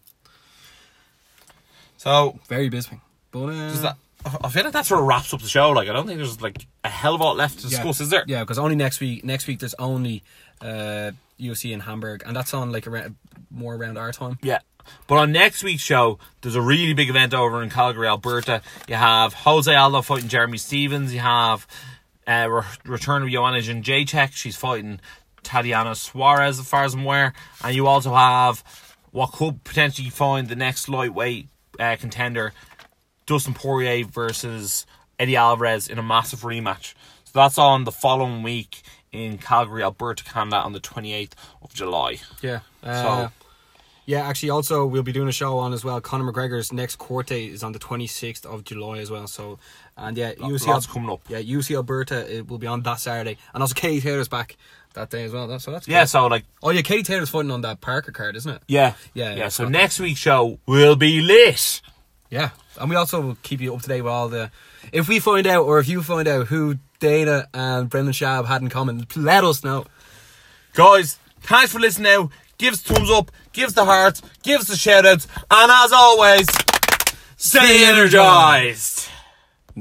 A: So
B: Very Bisping. But uh,
A: is that I I feel like that sort of wraps up the show. Like I don't think there's like a hell of a lot left to discuss, is there?
B: Yeah, because only next week. Next week there's only uh, UFC in Hamburg, and that's on like around more around our time.
A: Yeah. But on next week's show, there's a really big event over in Calgary, Alberta. You have Jose Aldo fighting Jeremy Stevens. You have uh, re- return of Joanna Jacek. She's fighting Tatiana Suarez, as far as I'm aware. And you also have what could potentially find the next lightweight uh, contender, Dustin Poirier versus Eddie Alvarez in a massive rematch. So that's on the following week in Calgary, Alberta, Canada, on the 28th of July.
B: Yeah.
A: So-
B: so Uh, Yeah, actually, also we'll be doing a show on as well. Conor McGregor's next court date is on the twenty sixth of July as well. So, and yeah,
A: Lo-
B: UC
A: lots coming up.
B: Yeah, UC Alberta it will be on that Saturday, and also Katie Taylor's back that day as well. That- So that's
A: Yeah,
B: cool.
A: so like
B: Oh yeah, Katie Taylor's fighting on that Parker card, isn't it?
A: yeah,
B: Yeah,
A: yeah. So
B: okay.
A: next week's show will be lit.
B: Yeah, and we also will keep you up to date with all the. If we find out, or if you find out who Dana and Brendan Schaub had in common, let us know.
A: Guys, thanks for listening out. Give us a thumbs up, give us the hearts, give us the shout outs, and as always, stay energized.